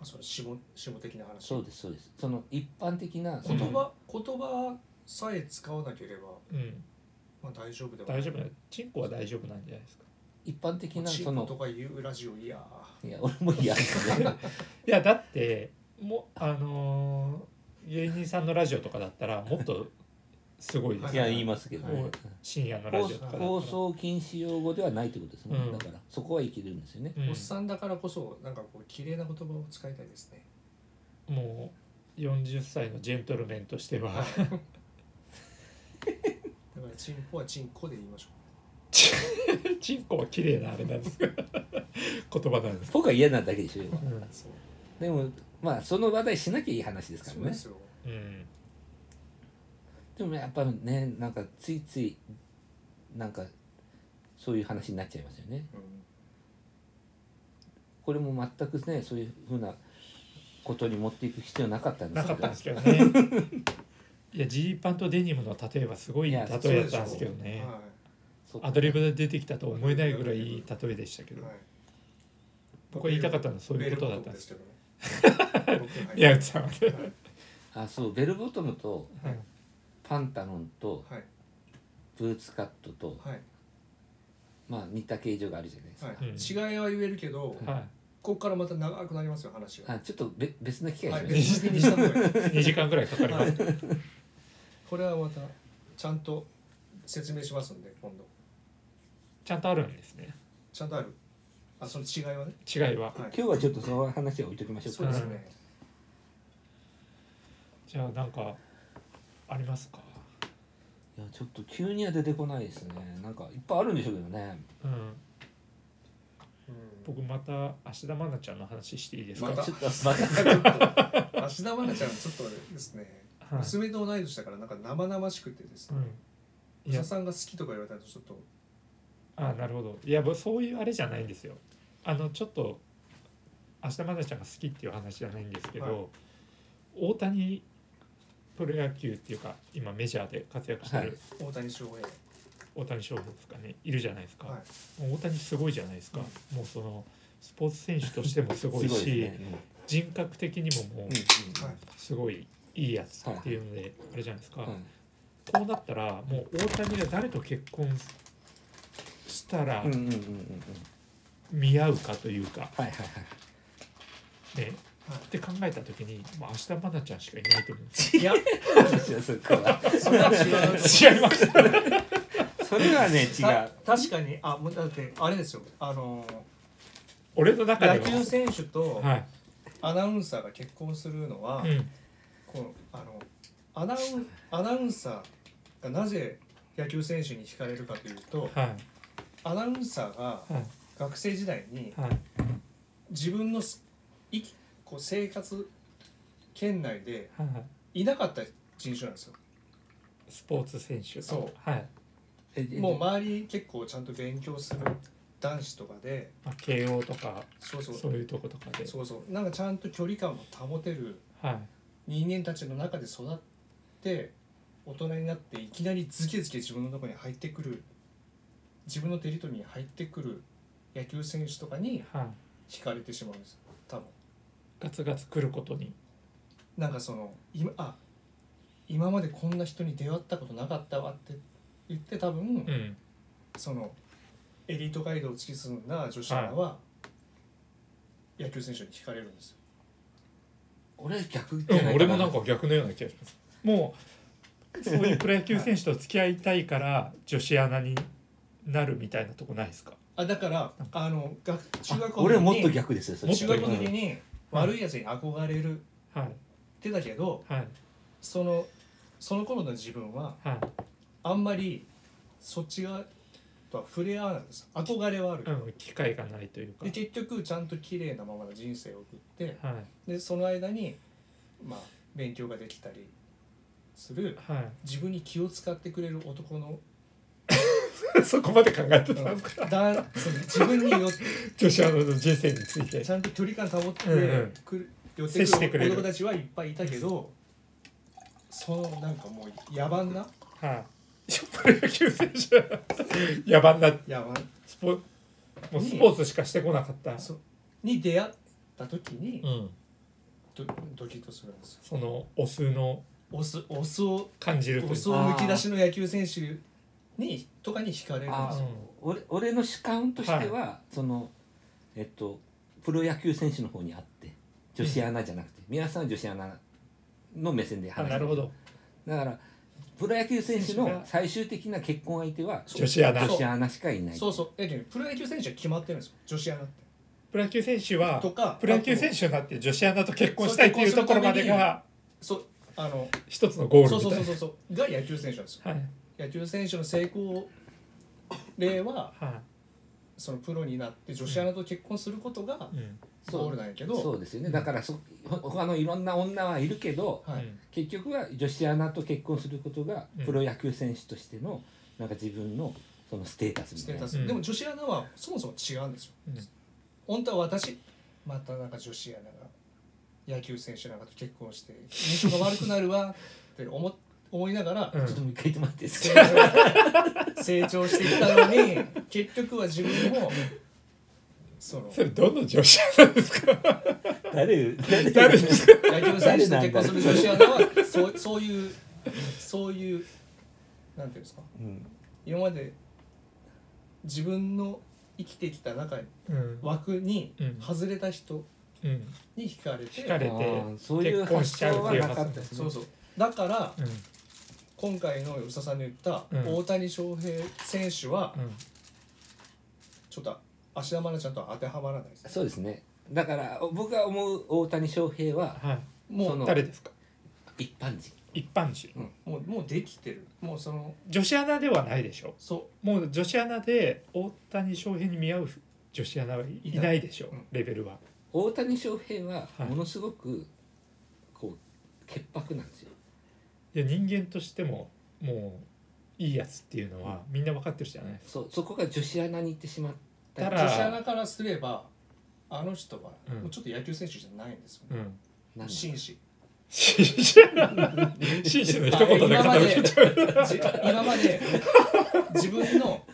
Speaker 5: あ、その下下的な話。
Speaker 3: そうですそうですその一般的なそ
Speaker 5: 言
Speaker 3: の、
Speaker 5: 葉、言葉さえ使わなければ、
Speaker 4: うん
Speaker 5: まあ大丈夫ではない
Speaker 4: 大丈夫だよチンコは大丈夫なんじゃないですか
Speaker 3: 一般的な
Speaker 5: チ
Speaker 3: そ
Speaker 5: ンコ
Speaker 3: の
Speaker 5: とかいうラジオいや
Speaker 3: いや俺も嫌ですね
Speaker 4: い [LAUGHS] やだってもうあのー芸人さんのラジオとかだったらもっとすごいです [LAUGHS]
Speaker 3: い
Speaker 4: よ
Speaker 3: や言いますけどね、
Speaker 4: はい深夜のラ
Speaker 3: 放
Speaker 4: ジオとかだったら
Speaker 3: 放送禁止用語ではないということですね、
Speaker 4: うん
Speaker 3: だからそこは生きるんですよね、
Speaker 4: う
Speaker 5: ー
Speaker 4: ん
Speaker 5: おっさんだからこそなんかこう綺麗な言葉を使いたいですね
Speaker 4: もう40歳のジェントルメンとしては [LAUGHS]
Speaker 5: だからチンポはチンコで言いましょ
Speaker 4: チンコは綺麗なあれなんですか [LAUGHS] 言葉なんですか、
Speaker 3: 僕は嫌なだけでしょ要は
Speaker 4: うん
Speaker 5: うそう
Speaker 3: でもまあその話題しなきゃいい話ですか
Speaker 5: そう
Speaker 3: ら
Speaker 5: で
Speaker 3: ね
Speaker 5: すよ
Speaker 4: うん、
Speaker 3: でもやっぱねなんかついついなんかそういう話になっちゃいますよね
Speaker 5: うん
Speaker 3: これも全くねそういうふうなことに持っていく必要なかったんで
Speaker 4: な
Speaker 3: す
Speaker 4: か
Speaker 3: け
Speaker 4: った
Speaker 3: ど
Speaker 4: んですけどね [LAUGHS] いやジーパンとデニムの例えばすごい
Speaker 3: い
Speaker 4: 例え
Speaker 3: や
Speaker 4: だった
Speaker 5: そ
Speaker 4: ん
Speaker 5: うでしょ
Speaker 4: ですけどね
Speaker 5: は
Speaker 3: そっか
Speaker 4: アドリブで出てきたと思えないぐらいいい例えでしたけ
Speaker 5: い
Speaker 4: ど
Speaker 5: はい
Speaker 4: 僕は言いたかったのはそういうことだったん
Speaker 5: ベルボトムで
Speaker 4: で
Speaker 5: すすけどね僕はい
Speaker 4: 宮内さんはね
Speaker 5: はい
Speaker 3: あそうベルボトムと
Speaker 5: はい
Speaker 3: パンタロンと
Speaker 5: はい
Speaker 3: ブーツカットと、
Speaker 5: はい
Speaker 3: まあ似た形状があるじゃないですか、
Speaker 5: はい、違いは言えるけど、
Speaker 4: は
Speaker 5: ここからまた長くなりますよ話が。
Speaker 3: あちょっとべ別の機会に
Speaker 5: はい、
Speaker 3: しまし
Speaker 5: 別にした方がいい。
Speaker 4: い2時間ぐらいかかりま
Speaker 5: はい
Speaker 4: す、
Speaker 5: これはまたちゃんと説明しますんで今度
Speaker 4: ちゃんとあるんですね
Speaker 5: ちゃんとあるあその違いはね
Speaker 4: 違いは
Speaker 5: はい
Speaker 3: 今日はちょっとその話は置いときましょうか
Speaker 5: そうですね
Speaker 4: じゃあなんかありますか
Speaker 3: いやちょっと急には出てこないですねなんかいっぱいあるんでしょうけどね
Speaker 4: うん
Speaker 5: うん
Speaker 4: 僕また芦田愛菜ちゃんの話していいですか、
Speaker 5: また
Speaker 3: ちょっとま
Speaker 5: [LAUGHS]
Speaker 3: た
Speaker 5: ちょっと芦田愛菜ちゃんちょっとですね
Speaker 4: はい
Speaker 5: 娘と同い年だからなんか生々しくてですね
Speaker 4: うん、い
Speaker 5: お
Speaker 4: や
Speaker 5: さんが好きとか言われたらちょっと
Speaker 4: あなるほどいや僕そういうあれじゃないんですよあのちょっと芦田愛菜ちゃんが好きっていう話じゃないんですけど、
Speaker 5: はい
Speaker 4: 大谷プロ野球っていうか今メジャーで活躍して
Speaker 3: はい
Speaker 4: る
Speaker 5: 大谷翔平
Speaker 4: 大谷翔平ですかねいるじゃないですか、
Speaker 5: は
Speaker 4: もう大谷すごいじゃないですか、もうそのスポーツ選手としてもす
Speaker 3: す
Speaker 4: ごいし
Speaker 3: ですね
Speaker 4: 人格的にもも
Speaker 3: うんう
Speaker 4: う
Speaker 3: ん
Speaker 4: [LAUGHS]
Speaker 5: はい
Speaker 4: すごいいいやつっていうので、あれじゃないですか、
Speaker 3: うん
Speaker 4: こうなったらもう大谷が誰と結婚したら
Speaker 3: うんうんうんうんうん
Speaker 4: 見合うかというか、
Speaker 3: はいはいはい
Speaker 4: ね
Speaker 5: はい
Speaker 4: って考えた時にもう明日愛菜ちゃんしかいないと思うんです
Speaker 5: いや
Speaker 3: 私はそこは
Speaker 5: それは違う
Speaker 4: よ [LAUGHS] 違います
Speaker 3: それはね違
Speaker 5: た
Speaker 3: う
Speaker 5: 確かにあもうだってあれですよあの
Speaker 4: 俺の中
Speaker 5: 野
Speaker 4: で
Speaker 5: 球
Speaker 4: は
Speaker 5: 選手と
Speaker 4: はい、
Speaker 5: アナウンサーが結婚するのは、
Speaker 4: うん、
Speaker 5: このあのアナウンアナウンサーがなぜ野球選手に惹かれるかというと
Speaker 4: は
Speaker 5: アナウンサーが
Speaker 4: いはい
Speaker 5: 学生時代に
Speaker 4: はい
Speaker 5: 自分のす生きこう生活圏内で
Speaker 4: はい
Speaker 5: いなかった人種なんですよ
Speaker 4: スポーツ選手
Speaker 5: そう
Speaker 4: はい、
Speaker 3: ええ
Speaker 5: もう周り結構ちゃんと勉強する男子とかで
Speaker 4: まあ、慶応とか
Speaker 5: そうそう
Speaker 4: そういうとことかで
Speaker 5: そうそうなんかちゃんと距離感を保てる
Speaker 4: はい
Speaker 5: 人間たちの中で育って大人になっていきなりズケズケ自分のとこに入ってくる自分のテリトリーに入ってくる野球選手とかに
Speaker 4: はい
Speaker 5: 惹かれてしまうんです多分
Speaker 4: ガツガツ来ることに
Speaker 5: なんかその今あ今までこんな人に出会ったことなかったわって言って多分、
Speaker 4: うん
Speaker 5: そのエリート街道を突き進んだ女子アナは野球選手に惹かれるんですよ
Speaker 3: 俺逆じゃ
Speaker 4: う
Speaker 3: ない
Speaker 4: ん、俺もなんか逆のような気がしますもうそういうプロ野球選手と付き合いたいから女子アナになるみたいなとこないですか
Speaker 5: あだからあの学中学校の
Speaker 3: 俺
Speaker 5: 時
Speaker 3: もっと
Speaker 5: に
Speaker 3: 逆ですよそれ
Speaker 5: 中学校の時
Speaker 3: うん
Speaker 5: に悪いやつに憧れる
Speaker 4: はい
Speaker 5: ってだけど
Speaker 4: はい
Speaker 5: そのその頃の自分は
Speaker 4: はい、
Speaker 5: あんまりそっち側とは触れ合わないんです憧れはある、
Speaker 4: うん、機会がないというか
Speaker 5: で結局ちゃんと綺麗なままの人生を送って
Speaker 4: はい
Speaker 5: でその間にまあ勉強ができたりする
Speaker 4: は
Speaker 5: 自分に気を使ってくれる男の
Speaker 4: い [LAUGHS] そこまで考えてたんですか
Speaker 5: だその自分によっ
Speaker 4: 女子アナの人生について
Speaker 5: ちゃんと距離感保って
Speaker 4: うんうん
Speaker 5: くる寄
Speaker 4: 接
Speaker 5: っ
Speaker 4: してて
Speaker 5: く
Speaker 4: く
Speaker 5: る
Speaker 4: れる
Speaker 5: 男たちはいっぱいいたけどそのなんかもう野蛮な
Speaker 4: はいプロ野球選手は [LAUGHS] 野蛮な
Speaker 5: 野蛮
Speaker 4: スポもうスポーツしかしてこなかった、
Speaker 5: そうに出会った時に
Speaker 4: うん、
Speaker 5: ドドキッとするんですよ
Speaker 4: そのオスの
Speaker 5: オスオスを
Speaker 4: 感じるとい
Speaker 5: オ
Speaker 4: う
Speaker 5: ス
Speaker 4: か
Speaker 5: をむき出しの野球選手にとかに惹かれるん
Speaker 3: あ
Speaker 5: で
Speaker 3: あ
Speaker 5: す
Speaker 4: う
Speaker 5: よ
Speaker 4: ん
Speaker 3: 俺俺の主観としては、そのえっとプロ野球選手の方にあって女子アナじゃなくて、皆さんは女子アナの目線で
Speaker 4: あ
Speaker 3: 話して
Speaker 4: なるほど
Speaker 3: だからプロ野球選手の最終的な結婚相手は
Speaker 4: 女子アナ
Speaker 3: 女子アナしかいない
Speaker 5: そうそうえプロ野球選手は決まってるんですよ女子アナって
Speaker 4: プロ野球選手は
Speaker 5: とか
Speaker 4: プロ野球選手になって女子アナと結婚したいっていうところまでが
Speaker 5: そうあの
Speaker 4: 一つのゴール
Speaker 5: そうそ
Speaker 4: み
Speaker 5: う
Speaker 4: た
Speaker 5: そ
Speaker 4: いう
Speaker 5: そうそうが野球選手なんですよ
Speaker 4: な。はい
Speaker 5: 野球選手の成功例は
Speaker 4: は
Speaker 5: そのプロになって女子アナと結婚することが
Speaker 4: い。うん。
Speaker 3: そう
Speaker 5: ゴールなんやけど
Speaker 3: そうですよねだからそほ他のいろんな女はいるけど
Speaker 5: はい
Speaker 4: うん
Speaker 3: 結局は女子アナと結婚することが
Speaker 4: うん
Speaker 3: プロ野球選手としてのなんか自分のそのステータスみ
Speaker 5: ス
Speaker 3: た
Speaker 5: テ
Speaker 3: い
Speaker 5: ー
Speaker 3: な
Speaker 5: タス、
Speaker 4: うん
Speaker 5: でも女子アナはそもそも違うんですよ、
Speaker 4: うん
Speaker 5: 本当は私またなんか女子アナが野球選手なんかと結婚して印象が悪くなるわって思っ思いながら
Speaker 4: う、ん
Speaker 3: ちょっともう一回言ってもらっていいです
Speaker 5: 成
Speaker 3: か、
Speaker 5: 長成長してきたのに結局は自分もその
Speaker 4: それどの上司なんですか
Speaker 3: [LAUGHS] 誰誰
Speaker 4: 誰ですか
Speaker 5: 野球選手と結婚する女子アナはそうそういうそういうなんていうんですか
Speaker 3: うん
Speaker 5: 今まで自分の生きてきた中
Speaker 4: うん
Speaker 5: 枠に
Speaker 4: うん
Speaker 5: 外れた人
Speaker 4: うん
Speaker 5: に惹かれて、
Speaker 4: 惹かれて
Speaker 3: あーそういう発想はなかったですね
Speaker 5: そうそうだから
Speaker 4: うん
Speaker 5: 今回の吉田さんの言った
Speaker 4: うん
Speaker 5: 大谷翔平選手は
Speaker 4: うん
Speaker 5: ちょっと芦田愛菜ちゃんとは当てはまらないです
Speaker 3: そうですねだから僕が思う大谷翔平は
Speaker 4: は
Speaker 5: も
Speaker 3: そうの
Speaker 4: い誰ですか
Speaker 3: 一般人
Speaker 4: 一般人
Speaker 5: もうもうできてるもうその
Speaker 4: 女子アナではないでしょ
Speaker 5: そ
Speaker 4: もう女子アナで大谷翔平に見合う女子アナはいいないでしょ
Speaker 5: いないうん
Speaker 4: レベルは
Speaker 3: 大谷翔平は
Speaker 4: はい
Speaker 3: ものすごくこう潔白なんですよ
Speaker 4: いや人間としてももういいやつっていうのはみんな分かってるじゃないですか
Speaker 3: そうそこが女子アナに行ってしまった
Speaker 4: だ
Speaker 5: う
Speaker 4: か
Speaker 5: 女
Speaker 4: ら
Speaker 5: 子アナからすればあの人は
Speaker 4: うん
Speaker 5: もうちょっと野球選手じゃないんですよ
Speaker 4: う
Speaker 5: ね、
Speaker 4: [LAUGHS] ん
Speaker 3: [LAUGHS] なんだ
Speaker 5: 紳士
Speaker 4: 紳士紳士の一言で
Speaker 5: 今ま
Speaker 4: 片
Speaker 5: で
Speaker 4: 付けち
Speaker 5: じ今まで自分の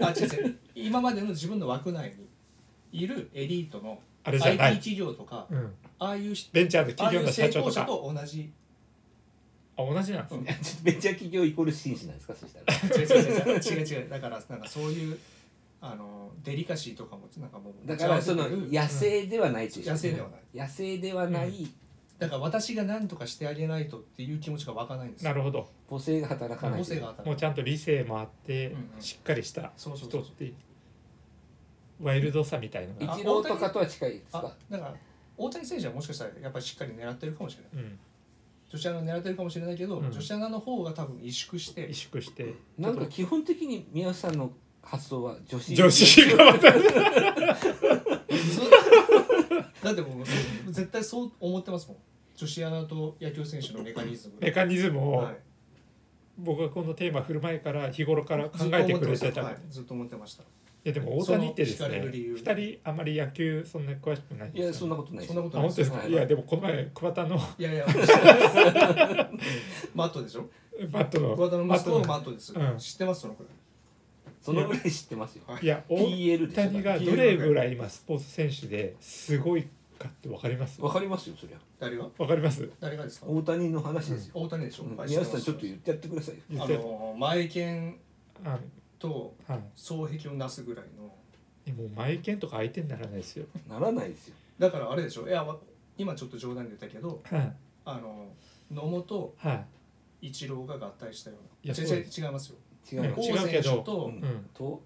Speaker 5: あ違う違う今までの自分の枠内にいるエリートの
Speaker 4: あれ
Speaker 5: IT
Speaker 4: じゃない、
Speaker 5: 企業とか
Speaker 4: うん、
Speaker 5: ああいう人
Speaker 4: ベンチャーの
Speaker 5: ああい
Speaker 4: 企業
Speaker 5: う
Speaker 4: の
Speaker 5: 成
Speaker 4: 社長
Speaker 5: 功
Speaker 4: と
Speaker 5: 者
Speaker 4: か
Speaker 5: と同じ
Speaker 4: あ同じなんですね
Speaker 3: ベンチャー企業イコール紳士なんですかそしたら
Speaker 5: 違う違う違う違う違うだからなんかそういうあのデリカシーとかもなんかもう
Speaker 3: だからその
Speaker 5: 持ち合わせ
Speaker 3: 野生
Speaker 5: てくる
Speaker 3: ではないっていう
Speaker 5: 野生ではない
Speaker 3: 野生ではない
Speaker 5: だから私が何とかしてあげないとっていう気持ちが湧かないんです
Speaker 4: なるほど
Speaker 3: 母性が働かないと
Speaker 5: 母
Speaker 3: い
Speaker 5: 性
Speaker 3: う
Speaker 5: が当た
Speaker 4: もう
Speaker 5: る
Speaker 4: ちゃんと理性もあって
Speaker 5: うんうん
Speaker 4: しっかりした
Speaker 5: そうそうそ
Speaker 4: 人
Speaker 5: う
Speaker 4: っ
Speaker 5: そう
Speaker 4: てワイルドさみたいの
Speaker 3: イ
Speaker 4: が、
Speaker 5: あ
Speaker 3: チローとかとは近いです
Speaker 5: あ
Speaker 3: か
Speaker 5: だから大谷選手はもしかしたらやっぱりしっかり狙ってるかもしれない
Speaker 4: うん、
Speaker 5: 女子アナを狙ってるかもしれないけど、
Speaker 4: うん
Speaker 5: 女子アナの方が多分萎縮して
Speaker 4: 萎縮して
Speaker 3: なんか基本的に宮内さんの発想は女子
Speaker 4: 女子がまた
Speaker 5: ず [LAUGHS] だってもうそう絶対そう思ってますもん女子アナと野球選手のメカニズム
Speaker 4: メカニズムを
Speaker 5: はい
Speaker 4: 僕がこのテーマ振る前から日頃から考えてくれてた、
Speaker 5: はい
Speaker 4: い、
Speaker 5: ずっと思ってました
Speaker 4: やでも大谷ってで
Speaker 5: そ
Speaker 4: す
Speaker 5: の惹
Speaker 4: ね
Speaker 5: かれる理由
Speaker 4: 2人あまり野球そんなに詳しくない
Speaker 3: いやそんな
Speaker 4: こ
Speaker 3: ことない
Speaker 5: そんなこと
Speaker 4: あ
Speaker 5: ない
Speaker 4: 本当ですか、、
Speaker 3: はいい
Speaker 4: やでもこの前桑田の [LAUGHS]
Speaker 5: いやいやマットでしょ
Speaker 4: バットの
Speaker 5: 桑田の息子
Speaker 4: バッ
Speaker 5: は
Speaker 4: ト
Speaker 5: マ
Speaker 4: の
Speaker 5: ットです、
Speaker 4: うん
Speaker 5: 知ってますそのくらい
Speaker 3: そのぐらい知ってますよ
Speaker 5: はい
Speaker 4: や大
Speaker 3: PL でしょ
Speaker 4: 谷がどれぐらい今スポーツ選手ですごいかって分かります
Speaker 3: わかりますよそりゃ
Speaker 5: 誰が
Speaker 4: わかります
Speaker 5: 誰がですか
Speaker 3: 大谷の話ですよ、
Speaker 5: 大谷でしょ、
Speaker 3: うん
Speaker 5: はい
Speaker 3: 宮内さんちょっと
Speaker 5: 知
Speaker 3: 言ってやってくださいよ
Speaker 5: て
Speaker 4: 言
Speaker 5: ま
Speaker 4: っ
Speaker 5: すあ
Speaker 4: て
Speaker 5: の前剣
Speaker 4: あ
Speaker 5: と
Speaker 4: はい
Speaker 5: 双璧をなすぐらいの
Speaker 4: えもう前剣とか相手にならないですよ、
Speaker 3: ならないですよ
Speaker 5: だからあれでしょいやわ今ちょっと冗談で言ったけど
Speaker 4: はい
Speaker 5: あの野茂と
Speaker 4: は
Speaker 5: 一郎が合体したよう
Speaker 4: い
Speaker 5: な
Speaker 4: や
Speaker 5: 違う違
Speaker 4: そう
Speaker 5: う
Speaker 4: で
Speaker 5: 違いますよ
Speaker 3: 違
Speaker 4: ね
Speaker 3: う
Speaker 5: 王
Speaker 3: の
Speaker 4: 違う
Speaker 5: 選
Speaker 4: け
Speaker 5: 手
Speaker 4: ど
Speaker 5: と
Speaker 3: う
Speaker 4: い、うん、
Speaker 3: と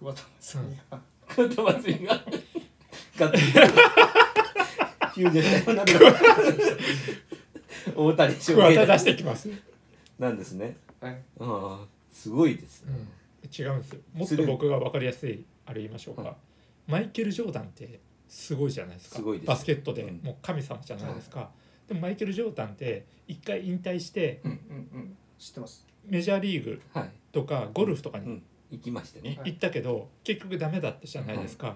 Speaker 5: 桑田さんが、
Speaker 3: 加藤松井がガッ
Speaker 4: [LAUGHS]
Speaker 3: ツリ急にさよなら大谷翔
Speaker 4: 桑田
Speaker 3: 平
Speaker 4: 出してきます、うん、
Speaker 3: なんですね
Speaker 5: はい
Speaker 3: ああすごいですね、
Speaker 4: 違うんですよもっと僕が分かりやすいあれ言いましょうか、
Speaker 3: はい
Speaker 4: マイケル・ジョーダンってすごいじゃないですか
Speaker 3: すごいです
Speaker 4: バスケットで
Speaker 3: うん
Speaker 4: もう神様じゃないですか、でもマイケル・ジョーダンって一回引退して
Speaker 5: うんうんうん知ってます
Speaker 4: メジャーリーグ
Speaker 3: はい
Speaker 4: とかゴルフとか
Speaker 3: う
Speaker 4: に
Speaker 3: ん行きまして
Speaker 4: い
Speaker 3: ね
Speaker 5: はい
Speaker 4: 行ったけど、結局ダメだったじゃないですか、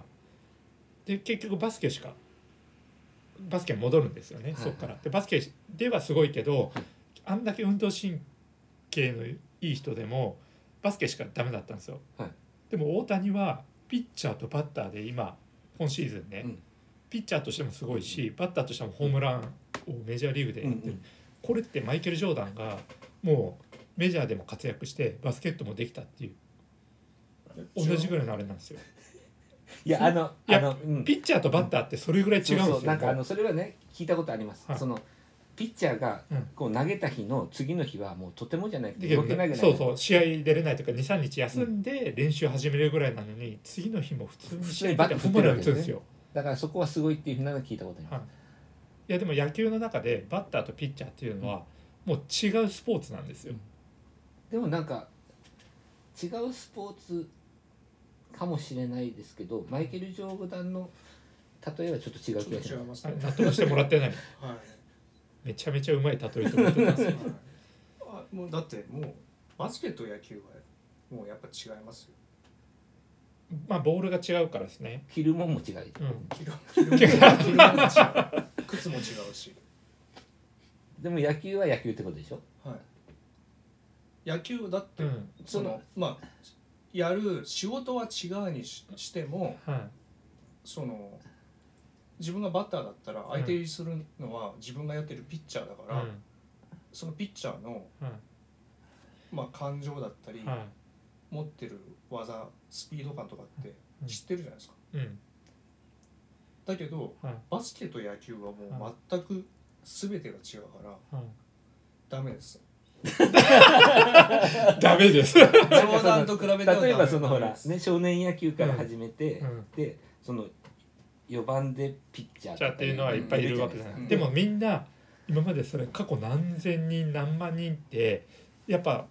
Speaker 4: で結局バスケしかバスケに戻るんですよ
Speaker 3: は
Speaker 4: ね、
Speaker 3: い
Speaker 4: そっからでバスケではすごいけど、あんだけ運動神経のいい人でもバスケしかダメだったんですよ、
Speaker 3: はい
Speaker 4: でも大谷はピッチャーとバッターで今今シーズンね、
Speaker 3: うん
Speaker 4: ピッチャーとしてもすごいしバッターとしてもホームランをメジャーリーグで
Speaker 3: う
Speaker 4: や
Speaker 3: ん
Speaker 4: っ
Speaker 3: う
Speaker 4: てる、
Speaker 3: ん
Speaker 4: これってマイケル・ジョーダンがもうメジャーでも活躍してバスケットもできたっていう同じぐらいのあれなんですよ
Speaker 3: いやあの
Speaker 4: いや
Speaker 3: あのうん
Speaker 4: ピッチャーとバッターってそれぐらい違うんですよ
Speaker 3: そうそうなんかあのそれはね聞いたことあります、
Speaker 4: はい
Speaker 3: そのピッチャーが
Speaker 4: うん
Speaker 3: こう投げた日の次の日はもうとてもじゃない
Speaker 4: だ
Speaker 3: け
Speaker 4: け
Speaker 3: ど
Speaker 4: ど
Speaker 3: 動けないぐ
Speaker 4: ね
Speaker 3: らい
Speaker 4: そうそう試合出れないとか23日休んで練習始めるぐらいなのに次の日も普通に試合出てホームラン打つんですよ
Speaker 3: だからそこはすごいっていうふうなのを聞いたことあります、
Speaker 4: はいいやでも野球の中でバッターとピッチャーっていうのはもう違うスポーツなんですよ
Speaker 3: でもなんか違うスポーツかもしれないですけどマイケル・ジョーダンの例えはちょっと違う
Speaker 5: ち
Speaker 3: 気
Speaker 5: ょ
Speaker 3: が
Speaker 5: っと
Speaker 3: し
Speaker 5: 違い
Speaker 3: ま
Speaker 5: ます
Speaker 4: あれ
Speaker 5: ね
Speaker 4: 納得してもらってない
Speaker 5: はい
Speaker 4: めちゃめちゃうまい例えと思ってます
Speaker 5: あもうだってもうバスケと野球はもうやっぱ違いますよ
Speaker 4: まあボールが違うからですね
Speaker 3: す着るもんも違い
Speaker 4: うん
Speaker 5: 着る着るものも違う靴も違うし
Speaker 3: でも野球は野球ってことでしょ
Speaker 5: はい、野球だって、
Speaker 4: うん
Speaker 5: そのまあやる仕事は違うにししても
Speaker 4: は
Speaker 5: その自分がバッターだったら相手にするのは自分がやってるピッチャーだか
Speaker 4: い、う
Speaker 5: ら、
Speaker 4: ん
Speaker 5: そのピッチャーの、
Speaker 4: はい
Speaker 5: まあ、感情だったり、
Speaker 4: は
Speaker 5: 持ってる技スピード感とかって
Speaker 4: うん
Speaker 5: 知ってるじゃないですか。
Speaker 4: い、うん
Speaker 5: だけど
Speaker 4: はい
Speaker 5: バスケと野球はもう全く全てが違うから
Speaker 4: は
Speaker 5: ダメです。
Speaker 4: い、 [LAUGHS] ダメです。
Speaker 5: 冗談と比べてはダメ
Speaker 3: 例えばそのほら
Speaker 5: ダメ
Speaker 3: ね少年野球から始めて、
Speaker 4: うんうん
Speaker 3: でその4番でピッチャー
Speaker 4: じゃあっていうのはいっぱいいるわけじゃない。
Speaker 5: うん
Speaker 4: でもみんな今までそれ過去何千人何万人ってやっぱ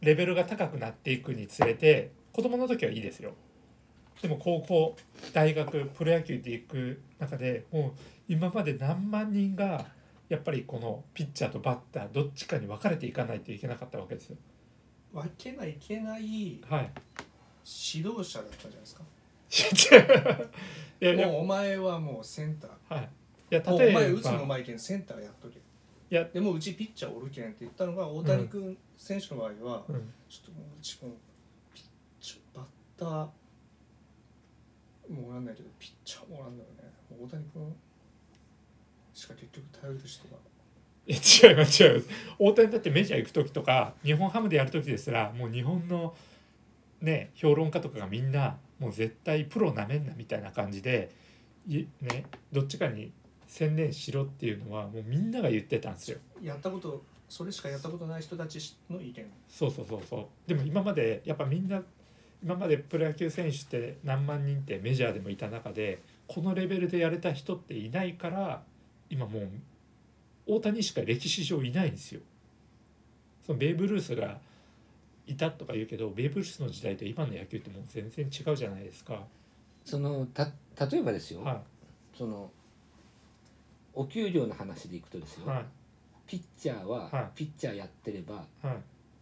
Speaker 4: レベルが高くなっていくにつれて子供の時はいいですよ。でも高校大学プロ野球で行く中でもう今まで何万人がやっぱりこのピッチャーとバッターどっちかに分かれていかないといけなかったわけですよ。
Speaker 5: 分けないいけない指
Speaker 4: はい。 [LAUGHS]
Speaker 5: 導者だったじゃないですか。
Speaker 4: いやいや
Speaker 5: もうお前はもうセンター。
Speaker 4: はい。いや
Speaker 5: もう
Speaker 4: 例
Speaker 5: お前
Speaker 4: え
Speaker 5: 打つのう
Speaker 4: ば
Speaker 5: まいけんセンターやっとけ。
Speaker 4: いや
Speaker 5: でもうちピッチャーおるけんって言ったのが大谷君選手の場合は、
Speaker 4: うん
Speaker 5: ちょっともううちもピッチャーバッターもおらんないけどピッチャーもおらんだよね。もう大谷君しか結局頼る人が。
Speaker 4: いや違います違います大谷だってメジャー行く時とか日本ハムでやる時ですらもう日本のね評論家とかがみんなもう絶対プロなめんなみたいな感じでいねどっちかに専念しろっていうのはもうみんなが言ってたんですよ
Speaker 5: やったことそれしかやったことない人たちの意見
Speaker 4: そうそうそうそうでも今までやっぱみんな今までプロ野球選手って何万人ってメジャーでもいた中でこのレベルでやれた人っていないから今もう大谷しか歴史上いないんですよ。そのベーブ・ルースがいたとか言うけどベーブ・ルースの時代と今の野球ってもう全然違うじゃないですか。
Speaker 3: そのた例えばですよ、
Speaker 4: は
Speaker 3: そのお給料の話でいくとです
Speaker 4: い
Speaker 3: よ、
Speaker 4: はい
Speaker 3: ピッチャーは、
Speaker 4: は
Speaker 3: ピッチャーやってれば
Speaker 4: はい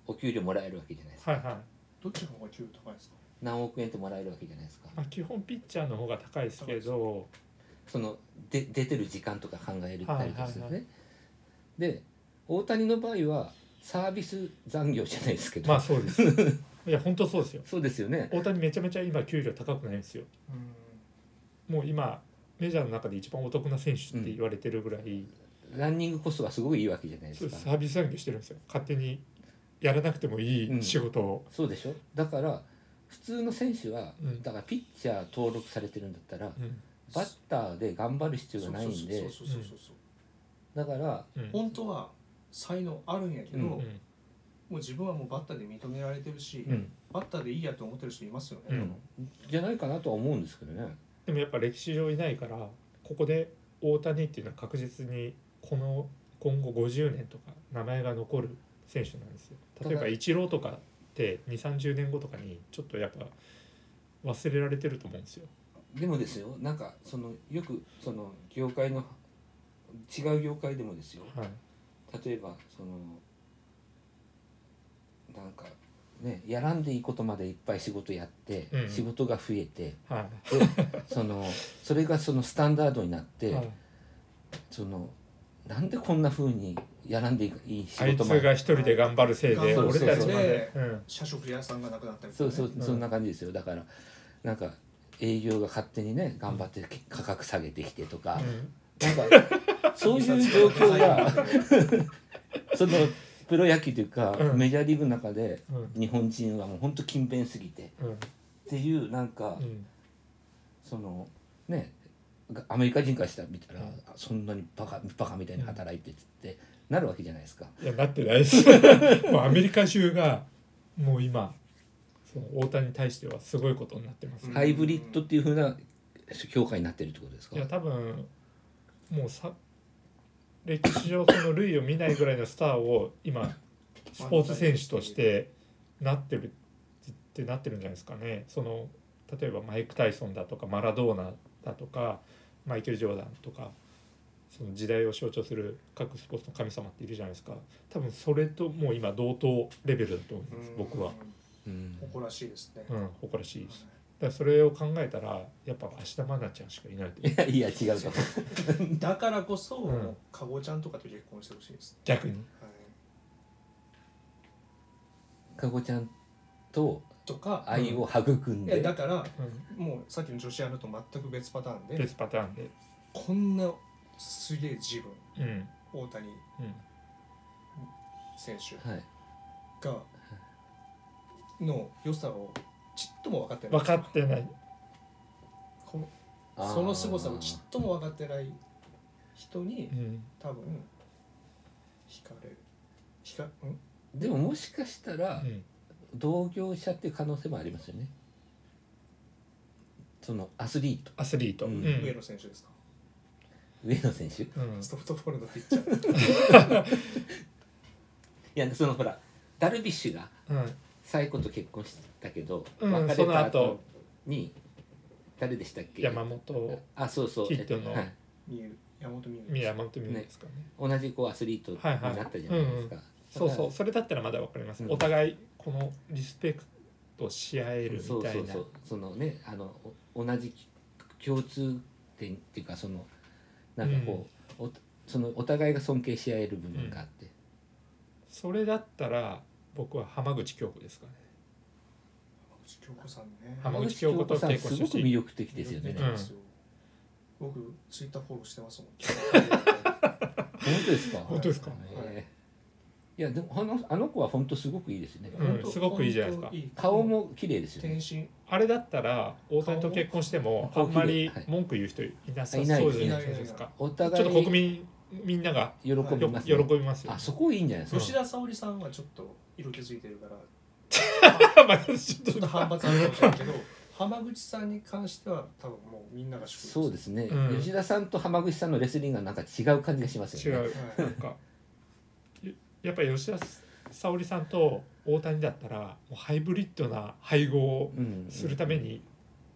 Speaker 3: お給料もらえるわけじゃないですか、
Speaker 4: はいはい。
Speaker 5: どっちの方が給料高いですか
Speaker 3: 何億円ってもらえるわけじゃないですか、
Speaker 4: まあ基本ピッチャーの方が高いですけど、
Speaker 3: そので出てる時間とか考えるったりとかするね、
Speaker 4: はいはいは
Speaker 3: で大谷の場合はサービス残業じゃないですけど、
Speaker 4: まあそうです。 [LAUGHS] いや本当そうですよ。
Speaker 3: そうですよね
Speaker 4: 大谷めちゃめちゃ今給料高くないんですよ。もう今メジャーの中で一番お得な選手って言われてるぐらい、
Speaker 3: ランニングコストがすごくいいわけじゃないです
Speaker 4: そう
Speaker 3: か
Speaker 4: サービス残業してるんですよ勝手にやらなくてもいい仕事を、
Speaker 3: そうでしょだから普通の選手は、
Speaker 4: うん
Speaker 3: だからピッチャー登録されてるんだったら
Speaker 4: うん
Speaker 3: バッターで頑張る必要がないんで
Speaker 5: そうそうそうそうそう、
Speaker 3: だから
Speaker 4: うん
Speaker 5: 本当は才能あるんやけど、
Speaker 3: うん
Speaker 5: もう自分はもうバッターで認められてるし、
Speaker 3: うん
Speaker 5: バッターでいいやと思ってる人いますよね、
Speaker 4: うん
Speaker 3: じゃないかなとは思うんですけどね
Speaker 4: でもやっぱ歴史上いないからここで大谷っていうのは確実にこの今後50年とか名前が残る選手なんですよ例え
Speaker 3: た
Speaker 4: ば
Speaker 3: だ
Speaker 4: イチローとかって2 3 0年後とかにちょっとやっぱ忘れられてると思うんですよ。
Speaker 3: でもですよなんかそのよくその業界の違う業界でもですよ
Speaker 4: はい、
Speaker 3: 例えばそのなんかねやらんでいいことまでいっぱい仕事やって、
Speaker 4: うん
Speaker 3: 仕事が増えて
Speaker 4: は
Speaker 3: そのそれがそのスタンダードになっ
Speaker 4: い
Speaker 3: て、
Speaker 4: はい、
Speaker 3: そのなんでこんな風にやらんでいい仕
Speaker 4: あい
Speaker 3: 事
Speaker 4: つ
Speaker 3: ま
Speaker 4: が
Speaker 3: で
Speaker 4: 一人で頑張るせいで
Speaker 3: そう
Speaker 4: 俺
Speaker 3: そうそう
Speaker 4: たちまで。うん
Speaker 5: 社食屋さんがなくなったりとか、
Speaker 3: そう
Speaker 5: ね、
Speaker 3: そう、
Speaker 4: うん
Speaker 3: そんな感じですよだからなんか営業が勝手にね頑張って価格下げてきてとか、
Speaker 4: うん
Speaker 3: なんかそういう状況が
Speaker 5: が
Speaker 3: そのプロ野球というか、
Speaker 4: うん
Speaker 3: メジャーリーグの中で
Speaker 4: うん
Speaker 3: 日本人はもうほんと勤勉すぎて
Speaker 4: うん
Speaker 3: っていうなんか、
Speaker 4: うん
Speaker 3: そのねがアメリカ人からしたら見たら、
Speaker 4: うん
Speaker 3: あそんなにバカバカみたいに働いてっつってなるわけじゃないですか。
Speaker 4: いやなってないですもうアメリカ中がもう今その大谷に対してはすごいことになってます、
Speaker 5: うん
Speaker 3: ハイブリッドっていうふうな評価になってるってことですか
Speaker 4: いや多分もうさ歴史上その類を見ないぐらいのスターを今
Speaker 3: [LAUGHS]
Speaker 4: スポーツ選手としてなってるってなってるんじゃないですかねその例えばマイク・タイソンだとかマラドーナだとかマイケル・ジョーダンとかその時代を象徴する各スポーツの神様っているじゃないですか多分それともう今同等レベルだと思います僕は、
Speaker 3: うん
Speaker 5: 誇らしいですね、
Speaker 4: うん、誇らしいですらそれを考えたらやっぱ芦田愛菜ちゃんしかいないと思う
Speaker 3: いやいや違うと思う
Speaker 5: だからこそ、
Speaker 4: うん
Speaker 5: もうかごちゃんとかと結婚してほしいです、
Speaker 4: 逆に
Speaker 5: はい、
Speaker 3: かごちゃんと
Speaker 5: とか、
Speaker 3: 愛を育ん
Speaker 5: え
Speaker 3: で、
Speaker 5: だから
Speaker 4: うん
Speaker 5: もうさっきの女子アナと全く別パターンで
Speaker 4: 別パターンで
Speaker 5: こんなすげえ自分
Speaker 4: うん
Speaker 5: 大谷
Speaker 4: うん
Speaker 5: 選手
Speaker 3: はい、
Speaker 5: がの良さをちっとも分かってない
Speaker 4: 分かってない
Speaker 5: この
Speaker 3: あー
Speaker 5: その凄さをちっとも分かってない人に
Speaker 4: うん
Speaker 5: 多分惹かれる惹かん
Speaker 3: でももしかしたら
Speaker 4: うん
Speaker 3: 同業者っていう可能性もありますよねそのアスリート
Speaker 4: アスリート
Speaker 3: う
Speaker 4: うんん
Speaker 5: 上野選手ですか、
Speaker 3: 上野選手い
Speaker 4: うん
Speaker 5: ソフトボールのピッチャー [LAUGHS]
Speaker 3: やそのほらダルビッシュが
Speaker 4: うん
Speaker 3: サイコと結婚したけど、
Speaker 4: うん
Speaker 3: 別れた
Speaker 4: その
Speaker 3: 後
Speaker 4: 後
Speaker 3: に誰でしたっけ
Speaker 4: 山本
Speaker 3: あそうそう
Speaker 4: キッドの
Speaker 3: はい
Speaker 5: みゆ山本みゆ
Speaker 4: 宮山本美優ですかね
Speaker 3: 同じこうアスリートになったじゃないですか、
Speaker 4: そうそ
Speaker 3: だ
Speaker 4: うそれだったらまだ分かります、
Speaker 3: うん
Speaker 4: お互いこのリスペクトし合え
Speaker 3: か
Speaker 4: る
Speaker 3: ら
Speaker 4: み
Speaker 3: そう
Speaker 4: た
Speaker 3: そ
Speaker 4: いうな
Speaker 3: そうそのねあのお同じ共通点っていうかそのなんかこう、おそのお互いが尊敬し合える部分があって、
Speaker 4: それだったら僕は浜口京子ですかね
Speaker 5: 京子さんね
Speaker 4: 浜口
Speaker 3: 京
Speaker 4: 京
Speaker 3: 子
Speaker 4: 子と
Speaker 3: さん
Speaker 4: 結
Speaker 3: す
Speaker 4: 婚
Speaker 3: ご
Speaker 4: してほ
Speaker 3: く
Speaker 4: しい
Speaker 3: 魅力的ですよね、
Speaker 5: 魅力
Speaker 3: 本
Speaker 5: 的ですよ僕ツイッターフォローしてますもん
Speaker 3: 当ですか、
Speaker 5: 本当ですか
Speaker 3: ええいやでもあのあの子は本当すごくいいですよね、
Speaker 4: [LAUGHS] うんすごくいいじゃないですか
Speaker 3: 顔も綺麗ですよ
Speaker 5: 天
Speaker 3: ね
Speaker 5: 身
Speaker 4: あれだったら大谷と結婚してもあ
Speaker 3: 顔
Speaker 4: んまり
Speaker 3: はい
Speaker 4: 文句言う人いなさ
Speaker 3: あ
Speaker 4: そう
Speaker 3: い
Speaker 4: じ
Speaker 3: な
Speaker 4: ゃ
Speaker 3: い
Speaker 4: ないですか
Speaker 3: お
Speaker 4: ちょっ
Speaker 3: 互い
Speaker 4: と国民みんなが
Speaker 3: 喜び
Speaker 4: よ
Speaker 3: ます、
Speaker 4: 喜
Speaker 3: ね
Speaker 4: びますよ
Speaker 3: あそこいいんじゃないです
Speaker 5: 吉
Speaker 3: か、
Speaker 5: 田沙保里さんはちょっと色気づいてるから
Speaker 4: [LAUGHS] またちょ
Speaker 5: ちょっと反発あるかもしれない
Speaker 3: [LAUGHS]
Speaker 5: けど浜口さんに関しては多分もうみんなが祝福
Speaker 3: そうですね、
Speaker 4: うん
Speaker 3: 吉田さんと浜口さんのレスリングはなんか違う感じがします
Speaker 4: 違
Speaker 3: よね
Speaker 4: うなんかややっぱり吉田沙保里さんと大谷だったらもうハイブリッドな配合を
Speaker 3: うん
Speaker 4: するために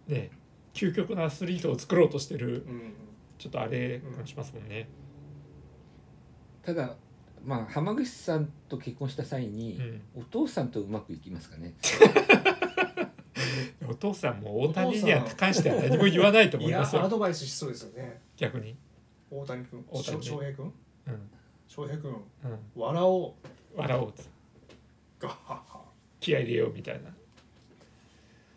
Speaker 4: ね究極のアスリートを作ろうとしてる
Speaker 5: うんうん
Speaker 4: ちょっとあれ感じますもんね。
Speaker 3: ただまあ浜口さんと結婚した際
Speaker 4: う
Speaker 3: に、
Speaker 4: ん、
Speaker 3: お父さんとうまくいきますかね
Speaker 4: お父さんも大谷には関しては何も言わないと思
Speaker 5: い
Speaker 4: い
Speaker 5: や
Speaker 4: ます
Speaker 5: ア
Speaker 4: よ
Speaker 5: ドバイスしそうですよね
Speaker 4: 逆に。
Speaker 5: 大谷君
Speaker 4: 大谷ね
Speaker 5: 翔平君
Speaker 4: うん
Speaker 5: 翔平君
Speaker 4: うん、
Speaker 5: 笑おう
Speaker 4: 笑おうと
Speaker 5: ガッハッハ
Speaker 4: 気合い入れようみたいな。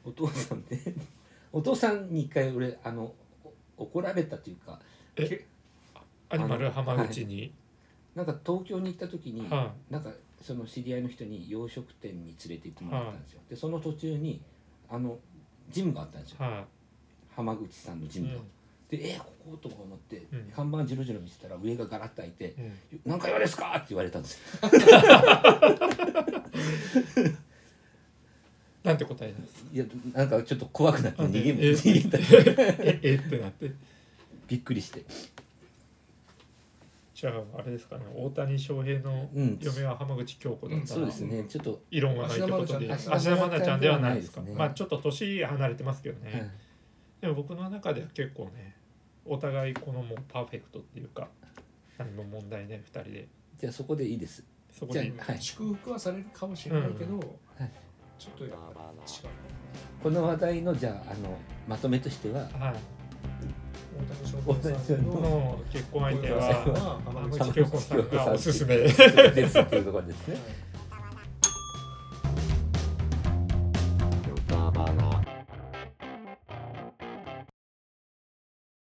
Speaker 3: お父さんね [LAUGHS] お父さんに一回俺あのお怒られたというか
Speaker 4: アニマル浜口に、
Speaker 3: なんか東京に行った時に、
Speaker 4: は
Speaker 3: なんかその知り合いの人に洋食店に連れて行ってもらったんですよ、でその途中にあのジムがあったんですよ
Speaker 4: い、は
Speaker 3: 浜口さんのジ
Speaker 4: い、
Speaker 3: ムが、でえー、こことか思って、
Speaker 4: うん
Speaker 3: 看板じろじろ見てたら上がガラッと開いて
Speaker 4: うんうん
Speaker 3: 「何回言われですか?」って言われたんですよ
Speaker 4: なんて答えなんですか。
Speaker 3: いやなんかちょっと怖くなって逃げも
Speaker 4: え
Speaker 3: 逃げた
Speaker 4: ええってなって。
Speaker 3: びっくり
Speaker 4: [LAUGHS]
Speaker 3: して
Speaker 4: じゃああれですかね大谷翔平の
Speaker 3: うん
Speaker 4: 嫁は浜口京子だ
Speaker 5: う
Speaker 4: っ
Speaker 5: ん
Speaker 4: た
Speaker 3: そ
Speaker 4: ら、
Speaker 3: うですねちょっと、
Speaker 4: 異論はないってことで
Speaker 3: 芦
Speaker 4: 芦
Speaker 3: 田愛菜
Speaker 4: 田
Speaker 3: ちゃん
Speaker 4: 愛菜ちゃんではないですか
Speaker 3: ではないですね
Speaker 4: まあちょっと年離れてますけどね、
Speaker 3: はい
Speaker 4: でも僕の中では結構ねお互いこのもうパーフェクトっていうか何も問題ない2人で
Speaker 3: じゃあそこでいいです
Speaker 4: そこで
Speaker 3: じゃはい
Speaker 5: 祝福はされるかもしれないけど、
Speaker 3: はい
Speaker 5: ちょっとやっぱり違う
Speaker 3: この話題のじゃああのまとめとしては
Speaker 4: はい、
Speaker 5: 大谷翔平さん
Speaker 4: こ
Speaker 5: の
Speaker 4: の結婚相手
Speaker 5: は
Speaker 4: は
Speaker 5: 浜
Speaker 4: 浜
Speaker 5: 口
Speaker 4: 口京子さんがおすすめ
Speaker 3: ですっていうところですね